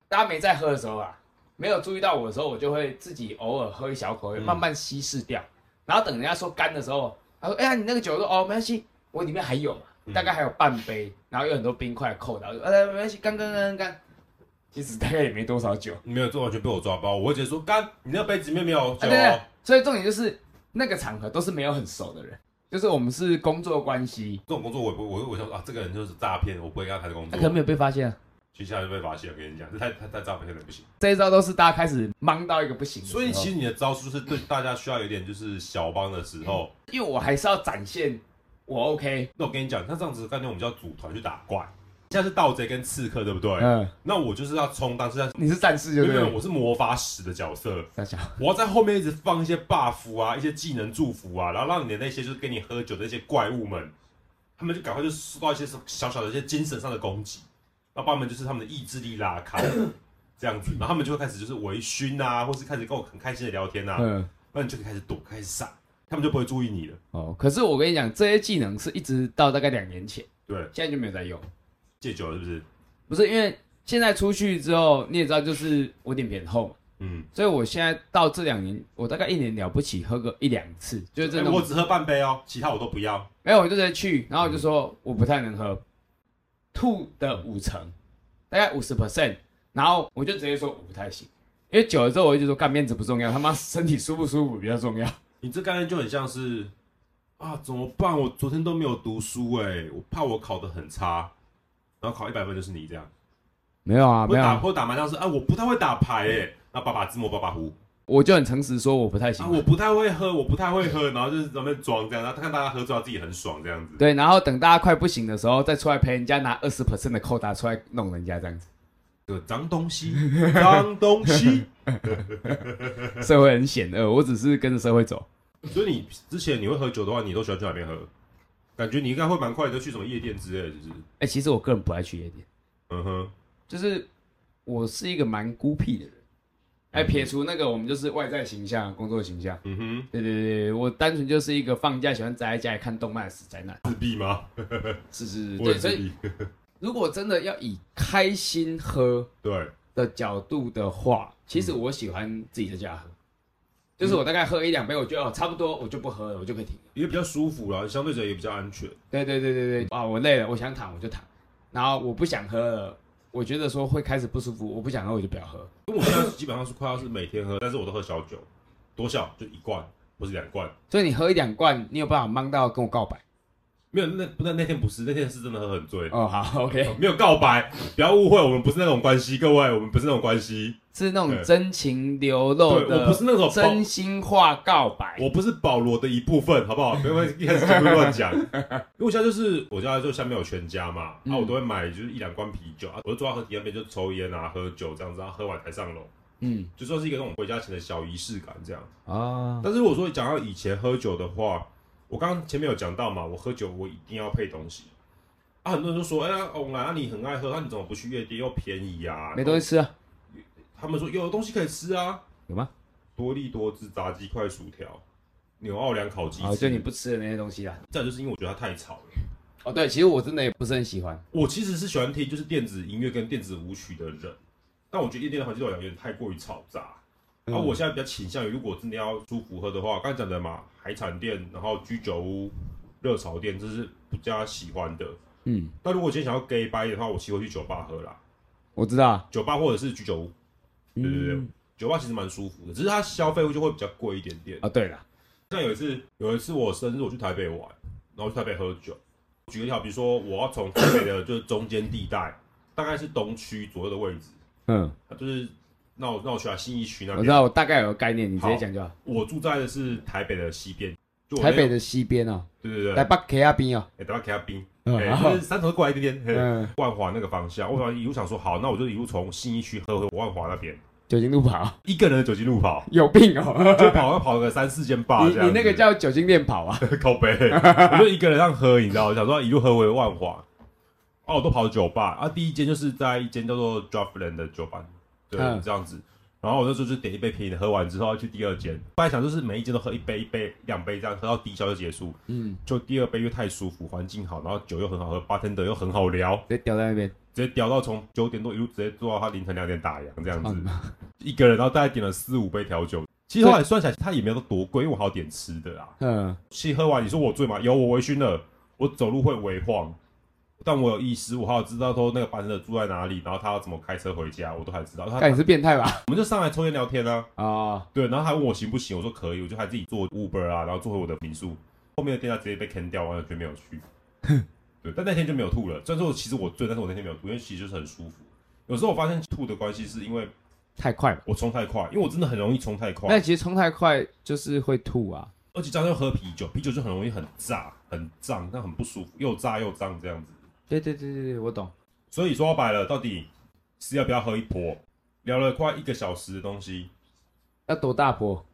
B: 大家没在喝的时候啊，没有注意到我的时候，我就会自己偶尔喝一小口，
A: 嗯
B: 慢慢稀释掉。然后等人家说干的时候，他说：“哎呀，你那个酒我说哦，没关系，我里面还有嘛，
A: 嗯
B: 大概还有半杯，然后有很多冰块扣的，我就呃，没关系，干干干干干。”其实大概也没多少酒
A: 你没有，这完全被我抓包。我会直接说，干，你那杯子里面没有
B: 啊，对
A: 酒、
B: 对
A: 哦。，
B: 所以重点就是那个场合都是没有很熟的人，就是我们是工作关系，
A: 这种工作我也不，我我想说啊，这个人就是诈骗，我不会跟他谈工
B: 他
A: 作。
B: 可能没有被发现啊。
A: 接下来就被发现，我跟你讲，这太太太诈骗了，不行。
B: 这一招都是大家开始忙到一个不行的时候。
A: 所以其实你的招数是对大家需要有点就是小帮的时候，
B: 因为我还是要展现我 OK，
A: 那我跟你讲，那这样子的概念我们就要组团去打怪。现在是盗贼跟刺客，对不对？
B: 嗯，
A: 那我就是要充当是在。
B: 你是战士
A: 没
B: 就
A: 有没
B: 对
A: 有，
B: 了。
A: 我是魔法使的角色，
B: 大小
A: 我要在后面一直放一些 buff 啊，一些技能祝福啊，然后让你的那些就是跟你喝酒的那些怪物们，他们就赶快就受到一些小小的一些精神上的攻击，然后把他们就是他们的意志力拉
B: *laughs*
A: 开，这样子，然后他们就会开始就是微醺啊，或是开始跟我很开心的聊天啊，
B: 嗯，
A: 那你就可以开始躲，开始闪，他们就不会注意你了。
B: 哦，可是我跟你讲，这些技能是一直到大概两年前，
A: 对，
B: 现在就没有在用。
A: 戒酒了是不是？
B: 不是因为现在出去之后，你也知道，就是我脸皮很厚嘛，
A: 嗯，
B: 所以我现在到这两年，我大概一年了不起喝个一两次，就是这
A: 哎
B: 种、
A: 我只喝半杯哦，其他我都不要。
B: 没有，我就直接去，然后我就说我不太能喝，吐的五成，大概五十 percent，然后我就直接说我不太行，因为久了之后我就说干面子不重要，他妈身体舒不舒服比较重要。
A: 你这概念就很像是啊，怎么办？我昨天都没有读书哎、我怕我考得很差，然后考一百分就是你这样。
B: 没有啊，
A: 或
B: 没有、
A: 打
B: 啊，
A: 或打麻将是啊，我不太会打牌哎、那爸爸自摸爸爸胡
B: 我就很诚实说我不太行
A: 啊，
B: 嘛。
A: 我不太会喝，我不太会喝，然后就是在那边装这样，然后看大家喝醉，自己很爽这样子。
B: 对，然后等大家快不行的时候，再出来陪人家拿二十 percent 的扣打出来弄人家这 *laughs* 样子，
A: 这个 *laughs* 脏东西，脏东西。
B: 社会很险恶，我只是跟着社会走。
A: 所以你之前你会喝酒的话，你都喜欢去哪边喝？感觉你应该会蛮快就去什么夜店之类的，就是
B: 哎、其实我个人不爱去夜店，
A: 嗯哼，
B: 就是我是一个蛮孤僻的人。哎、撇除那个我们就是外在形象、啊工作形象。
A: 嗯
B: 对对对，我单纯就是一个放假喜欢宅在家里看动漫的死宅男。
A: 哼，自闭吗？
B: 是是是，
A: 我也
B: 对，所
A: 自
B: 以
A: 闭。
B: 如果真的要以开心喝
A: 对，
B: 的角度的话，其实我喜欢自己在家喝。就是我大概喝一两杯，我觉得哦差不多，我就不喝了，我就可以停了。
A: 也比较舒服啦，相对者也比较安全。
B: 对对对对对，啊，我累了，我想躺我就躺，然后我不想喝了，我觉得说会开始不舒服，我不想喝我就不要喝。
A: 因为我现在基本上是快要是每天喝，但是我都喝小酒，多小就一罐或是两罐。
B: 所以你喝一两罐，你有办法懵到跟我告白？
A: 没有，那不那那天不是，那天是真的喝很醉，
B: 哦，好，OK，
A: 没有告白，不要误会，我们不是那种关系，各位，我们不是那种关系。
B: 是那种
A: 对
B: 真情流露
A: 对我不
B: 的
A: 是那种
B: 哦真心话告白。
A: 我不是保罗的一部分，好不好？不要一开始就会乱
B: *laughs*
A: 讲。因为我现在就是我家就下面有全家嘛，
B: 嗯
A: 啊，我都会买就是一两罐啤酒啊，我就坐在河堤那边就抽烟啊、喝酒这样子，然后喝完才上楼，
B: 嗯
A: 就算是一个那种回家前的小仪式感这样。
B: 啊，
A: 但是我说讲到以前喝酒的话，我刚刚前面有讲到嘛，我喝酒我一定要配东西。啊，很多人就说，哎、呀，欧兰、啊，你很爱喝，那、你怎么不去夜店？又便宜呀、
B: 没东西吃啊？
A: 他们说有东西可以吃啊，
B: 有吗？
A: 多利多汁炸鸡块、薯条、纽奥良烤鸡
B: 啊，
A: 翅。
B: 就你不吃的那些东西啊啦。
A: 再就是因为我觉得它太吵了。
B: 哦，对，其实我真的也不是很喜欢。
A: 我其实是喜欢听就是电子音乐跟电子舞曲的人，但我觉得夜店的环境对我来讲有点太过于嘈杂。而、我现在比较倾向于，如果真的要舒服喝的话，刚才讲的嘛，海产店，然后居酒屋、热潮店，这是比较喜欢的。
B: 嗯，
A: 但如果今天想要 gay 掰的话，我其实会去酒吧喝啦，
B: 我知道啊。
A: 酒吧或者是居酒屋。对对对，
B: 嗯
A: 酒吧其实蛮舒服的，只是它消费就会比较贵一点点。
B: 啊，对了，
A: 像有一次，有一次我生日，我去台北玩，然后去台北喝酒。举个例子，比如说我要从台北的就是中间地带，大概是东区左右的位置，
B: 嗯，
A: 它啊就是那我那我去啊信义区那
B: 我知
A: 边。
B: 道，我大概有个概念，你直接
A: 好
B: 讲就好。
A: 我住在的是台北的西边，就我那
B: 台北的西边哦，
A: 对对对，
B: 台
A: 哎，
B: 北 K 啊边哦，
A: 等下给他冰，
B: 嗯
A: 哎，
B: 然
A: 就
B: 后
A: 是三头过来一点点，嘿
B: 嗯，
A: 万华那个方向。我想一路想说，好，那我就一路从信义区喝回万华那边，
B: 酒精路跑哦
A: 一个人的酒精路跑，
B: 有病哦。
A: 就跑要跑个三四间吧。
B: 你你那个叫酒精练跑
A: *laughs*
B: 啊？
A: 靠背，我就一个人这样喝，你知道，我想说一路喝回万华，哦，我都跑到酒吧啊，第一间就是在一间叫做 Draftland 的酒吧，对，
B: 嗯
A: 这样子。然后我那时候就点一杯啤酒，喝完之后要去第二间，本来想就是每一间都喝一杯、一杯、两杯这样，喝到低消就结束。
B: 嗯，
A: 就第二杯因为太舒服，环境好，然后酒又很好喝，bartender 又很好聊，
B: 直接掉在那边。
A: 直接屌到从九点多一路直接做到他凌晨两点打烊这样
B: 操你
A: 子，
B: 妈
A: 一个人，然后大概点了四五杯调酒。其实后来算起来，它也没有多贵，因为我还有点吃的啊。
B: 嗯，
A: 气喝完，你说我醉吗？有，我微醺了，我走路会微晃，但我有意识，我还有知道说那个班的住在哪里，然后他要怎么开车回家，我都还知道。他
B: 看你是变态吧？
A: 我们就上来抽烟聊天啊，
B: 啊，
A: 对，然后他还问我行不行，我说可以，我就还自己坐 Uber 啊，然后坐回我的民宿。后面的店家直接被坑掉，完全没有去。对，但那天就没有吐了。虽然说其实我醉，但是我那天没有吐，因为其实就是很舒服。有时候我发现吐的关系是因为
B: 太快了。
A: 我冲太快，因为我真的很容易冲太快。
B: 那其实冲太快就是会吐啊。
A: 而且加上又喝啤酒，啤酒就很容易很炸、很胀，但很不舒服，又炸又胀这样子。
B: 对对对对对，我懂。
A: 所以说白了，到底是要不要喝一波？聊了快一个小时的东西，
B: 要多大波？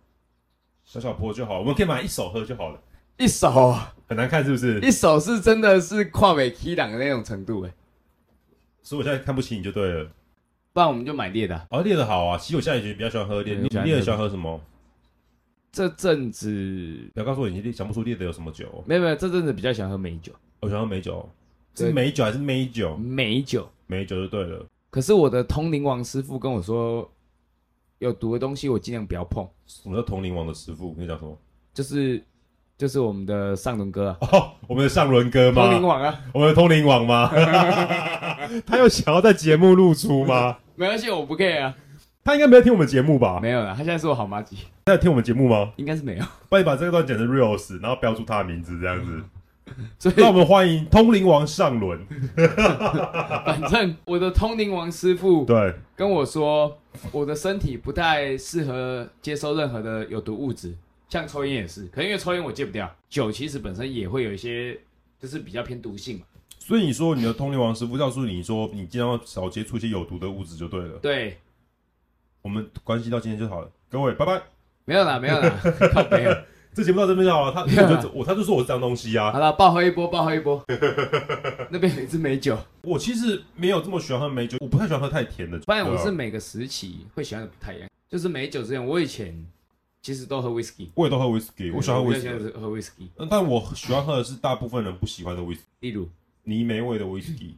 A: 小小波就好，我们可以买一手喝就好了。
B: 一手
A: 很难看是不是？
B: *laughs* 一手是真的是跨美 K 档的那种程度哎，
A: 所以我现在看不起你就对了。
B: 不然我们就买烈的啊、
A: 哦，烈的好啊，其实我现在也比较喜欢喝烈。
B: 对
A: 你
B: 我喜欢
A: 烈的喜欢喝什么？
B: 这阵子
A: 不要告诉我你想不出烈的有什么酒哦。
B: 没有没有，这阵子比较喜欢喝美酒，
A: 我喜欢喝美酒，
B: 对
A: 是美酒还是美酒？
B: 美酒。
A: 美酒就对了。
B: 可是我的通灵王师傅跟我说，有毒的东西我尽量不要碰，
A: 什么叫同龄王的师傅？你讲什么？
B: 就是就是我们的上轮哥啊，
A: 哦，我们的上轮哥
B: 通灵
A: 吗？
B: 王啊，
A: 我们的通灵王
B: *laughs*
A: 吗？他有想要在节目露出吗？
B: 没关系，我不 care 啊，
A: 他应该没有听我们节目吧？
B: 没有了，他现在是我好妈鸡，
A: 他有听我们节目吗？
B: 应该是 *laughs* 没有，
A: 帮你把这段剪成 reels，然后标注他的名字这样
B: 嗯
A: 子。
B: 所
A: 那我
B: 以
A: 们欢迎通灵王上轮。
B: 反正我的通灵王师傅
A: 对，
B: 跟我说，我的身体不太适合接收任何的有毒物质，像抽烟也是，可能因为抽烟我戒不掉，酒其实本身也会有一些就是比较偏毒性嘛，
A: 所以你说你的通灵王师傅告诉你说，你尽量要少接触一些有毒的物质就对了。
B: 对，
A: 我们关系到今天就好了，各位拜拜。
B: 没有啦，没
A: *laughs*
B: 有啦，靠没有。
A: 这节目到这边就好了。他我就我他就说我是脏东西啊。
B: 好了，爆喝一波，爆喝一波。那边有一支美酒，
A: 我其实没有这么喜欢喝美酒，我不太喜欢喝太甜的。
B: 发现我是
A: 对啊
B: 每个时期会喜欢的不太一样。就是美酒之前，我以前其实都喝 whisky，
A: 我也都喝 whisky，我喜欢喝
B: 比较喜
A: whisky，嗯
B: 欢喝 whisky。
A: 但我喜欢喝的是大部分人不喜欢的 whisky，
B: 例如
A: 泥煤味的 whisky。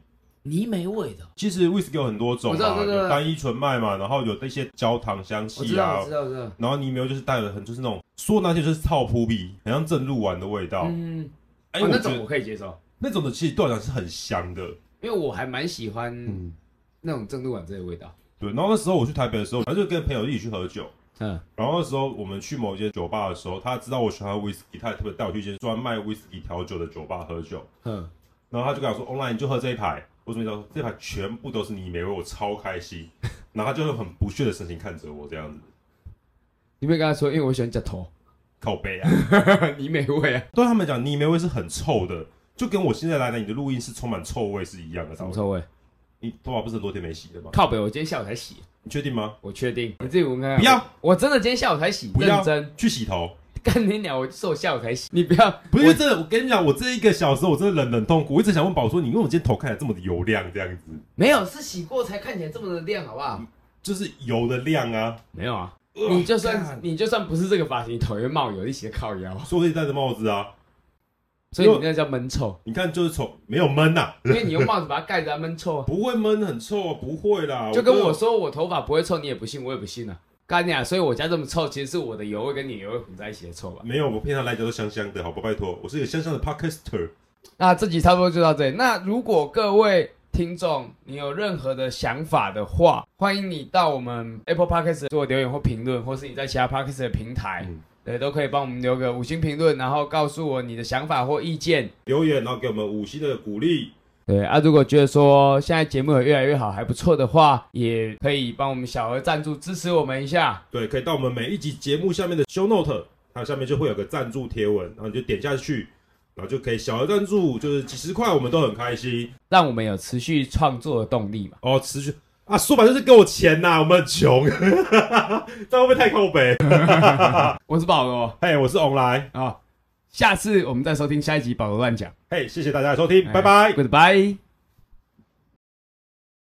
D: 泥煤味的，
A: 其实 whisky 有很多种
B: 我知道
A: 嘛，
B: 对对对
A: 有单一纯麦嘛，然后有那些焦糖香
B: 我
A: 气
B: 知
A: 啊
B: 道，我，知道，我知道。
A: 然后泥煤就是带了很就是那种说那些就是套扑鼻，很像正露丸的味道。
B: 嗯，
A: 哎、
B: 哦
A: 我
B: 那
A: 觉
B: 种
A: 得
B: 我可以接受，
A: 那种的其实对我来讲是很香的。
B: 因为我还蛮喜欢
A: 嗯，
B: 那种正露丸这个味道。
A: 对。然后那时候我去台北的时候，反正就跟朋友一起去喝酒。
B: 嗯，
A: 然后那时候我们去某一间酒吧的时候，他知道我喜欢喝 whisky，他也特别带我去一间专卖 whisky 调酒的酒吧喝酒。
B: 嗯，
A: 然后他就跟我说：“online 你就喝这一排。”我准备说这一排全部都是泥煤味，我超开
B: *laughs*
A: 心。然后他就会很不屑的神情看着我这样子，
B: 你没跟他说，因为我喜欢夹头，
A: 靠背啊。
B: *laughs* 你美味啊，
A: 对他们讲，泥煤味是很臭的，就跟我现在来的你的录音是充满臭味是一样的。
B: 什么臭味？
A: 你头发不是很多天没洗了吗？
B: 靠北，我今天下午才洗，
A: 你确定吗？
B: 我确定。你自己闻看看。啊
A: 不要，
B: 我真的今天下午才洗，
A: 不要
B: 认真。 *laughs*
A: 去洗头。
B: 干你鸟，我就是我下午才洗，你不要。
A: 不是因
B: 我
A: 为真的，我跟你讲，我这一个小时我真的忍忍痛苦，我一直想问宝说，你为什么今天头看起来这么的油亮这样子？
B: 没有，是洗过才看起来这么的亮，好不好？
A: 就是油的亮啊。
B: 没有啊，你就算
A: 干
B: 你就算不是这个发型，你头也会冒油，一起靠腰，
A: 所以我一直戴着帽子啊，
B: 所以你那叫闷臭，
A: 你看就是从没有闷呐、
B: 因为你用帽子把它盖着，它闷臭啊。
A: 不会闷很臭啊，不会啦。
B: 就跟
A: 觉得
B: 我说我头发不会臭，你也不信，我也不信啊。干你啊！所以我家这么臭，其实是我的油味跟你油味混在一起的臭吧。
A: 没有，我平常来讲都香香的，好吧，拜托，我是一个香香的 podcaster。
B: 那这集差不多就到这里。那如果各位听众你有任何的想法的话，欢迎你到我们 Apple Podcast 做留言或评论，或是你在其他 Podcast 的平台，
A: 嗯
B: 对，都可以帮我们留个五星评论，然后告诉我你的想法或意见。
A: 留言，然后给我们五星的鼓励。
B: 对啊，如果觉得说现在节目有越来越好，还不错的话，也可以帮我们小额赞助支持我们一下。
A: 对，可以到我们每一集节目下面的 show note，它下面就会有个赞助贴文，然后你就点下去，然后就可以小额赞助，就是几十块，我们都很开心
B: 让我们有持续创作的动力嘛。
A: 哦。持续啊，说白就是给我钱呐、我们很穷， *laughs* 这样会不会太靠北？
B: 我是保罗
A: 嘿，我是翁来，
B: 啊，下次我们再收听下一集保罗乱讲。
A: 嘿，谢谢大家的收听，拜拜。
B: ，Goodbye。